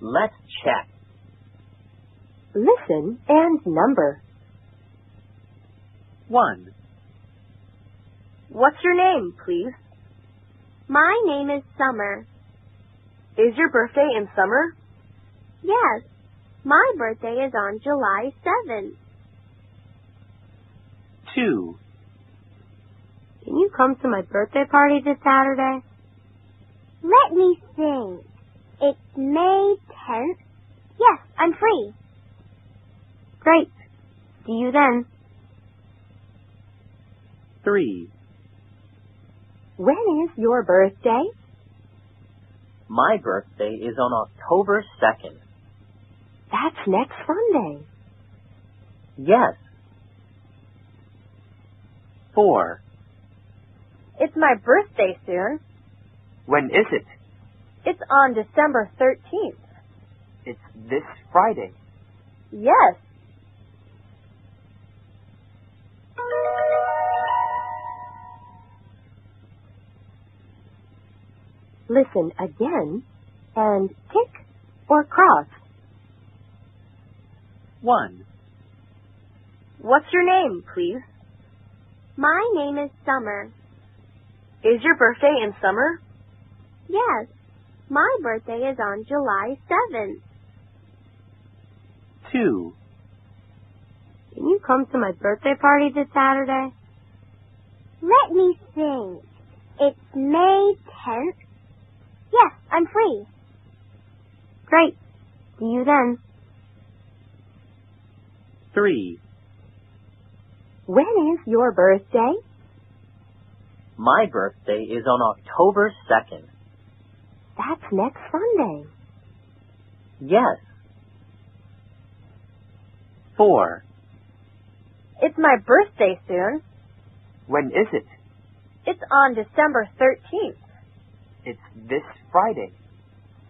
Let's check. Listen and number. One, What's your name, please? My name is Summer. Is your birthday in summer? Yes, my birthday is on July 7th. two, Can you come to my birthday party this Saturday? Let me think. It's May 10th. Yes, I'm free. Great. See you then. three. When is your birthday? My birthday is on October 2nd. That's next Sunday. Yes. Four, It's my birthday soon. When is it? It's on December 13th. It's this Friday. Yes. Listen again and tick or cross. one, What's your name, please? My name is Summer. Is your birthday in summer? Yes, my birthday is on July 7th. two, Can you come to my birthday party this Saturday? Let me think. It's May 10th. Yes, I'm free. Great. See you then. three. When is your birthday? My birthday is on October 2nd. That's next Sunday. Yes. Four, It's my birthday soon. When is it? It's on December 13th. It's this Friday.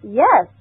Yes.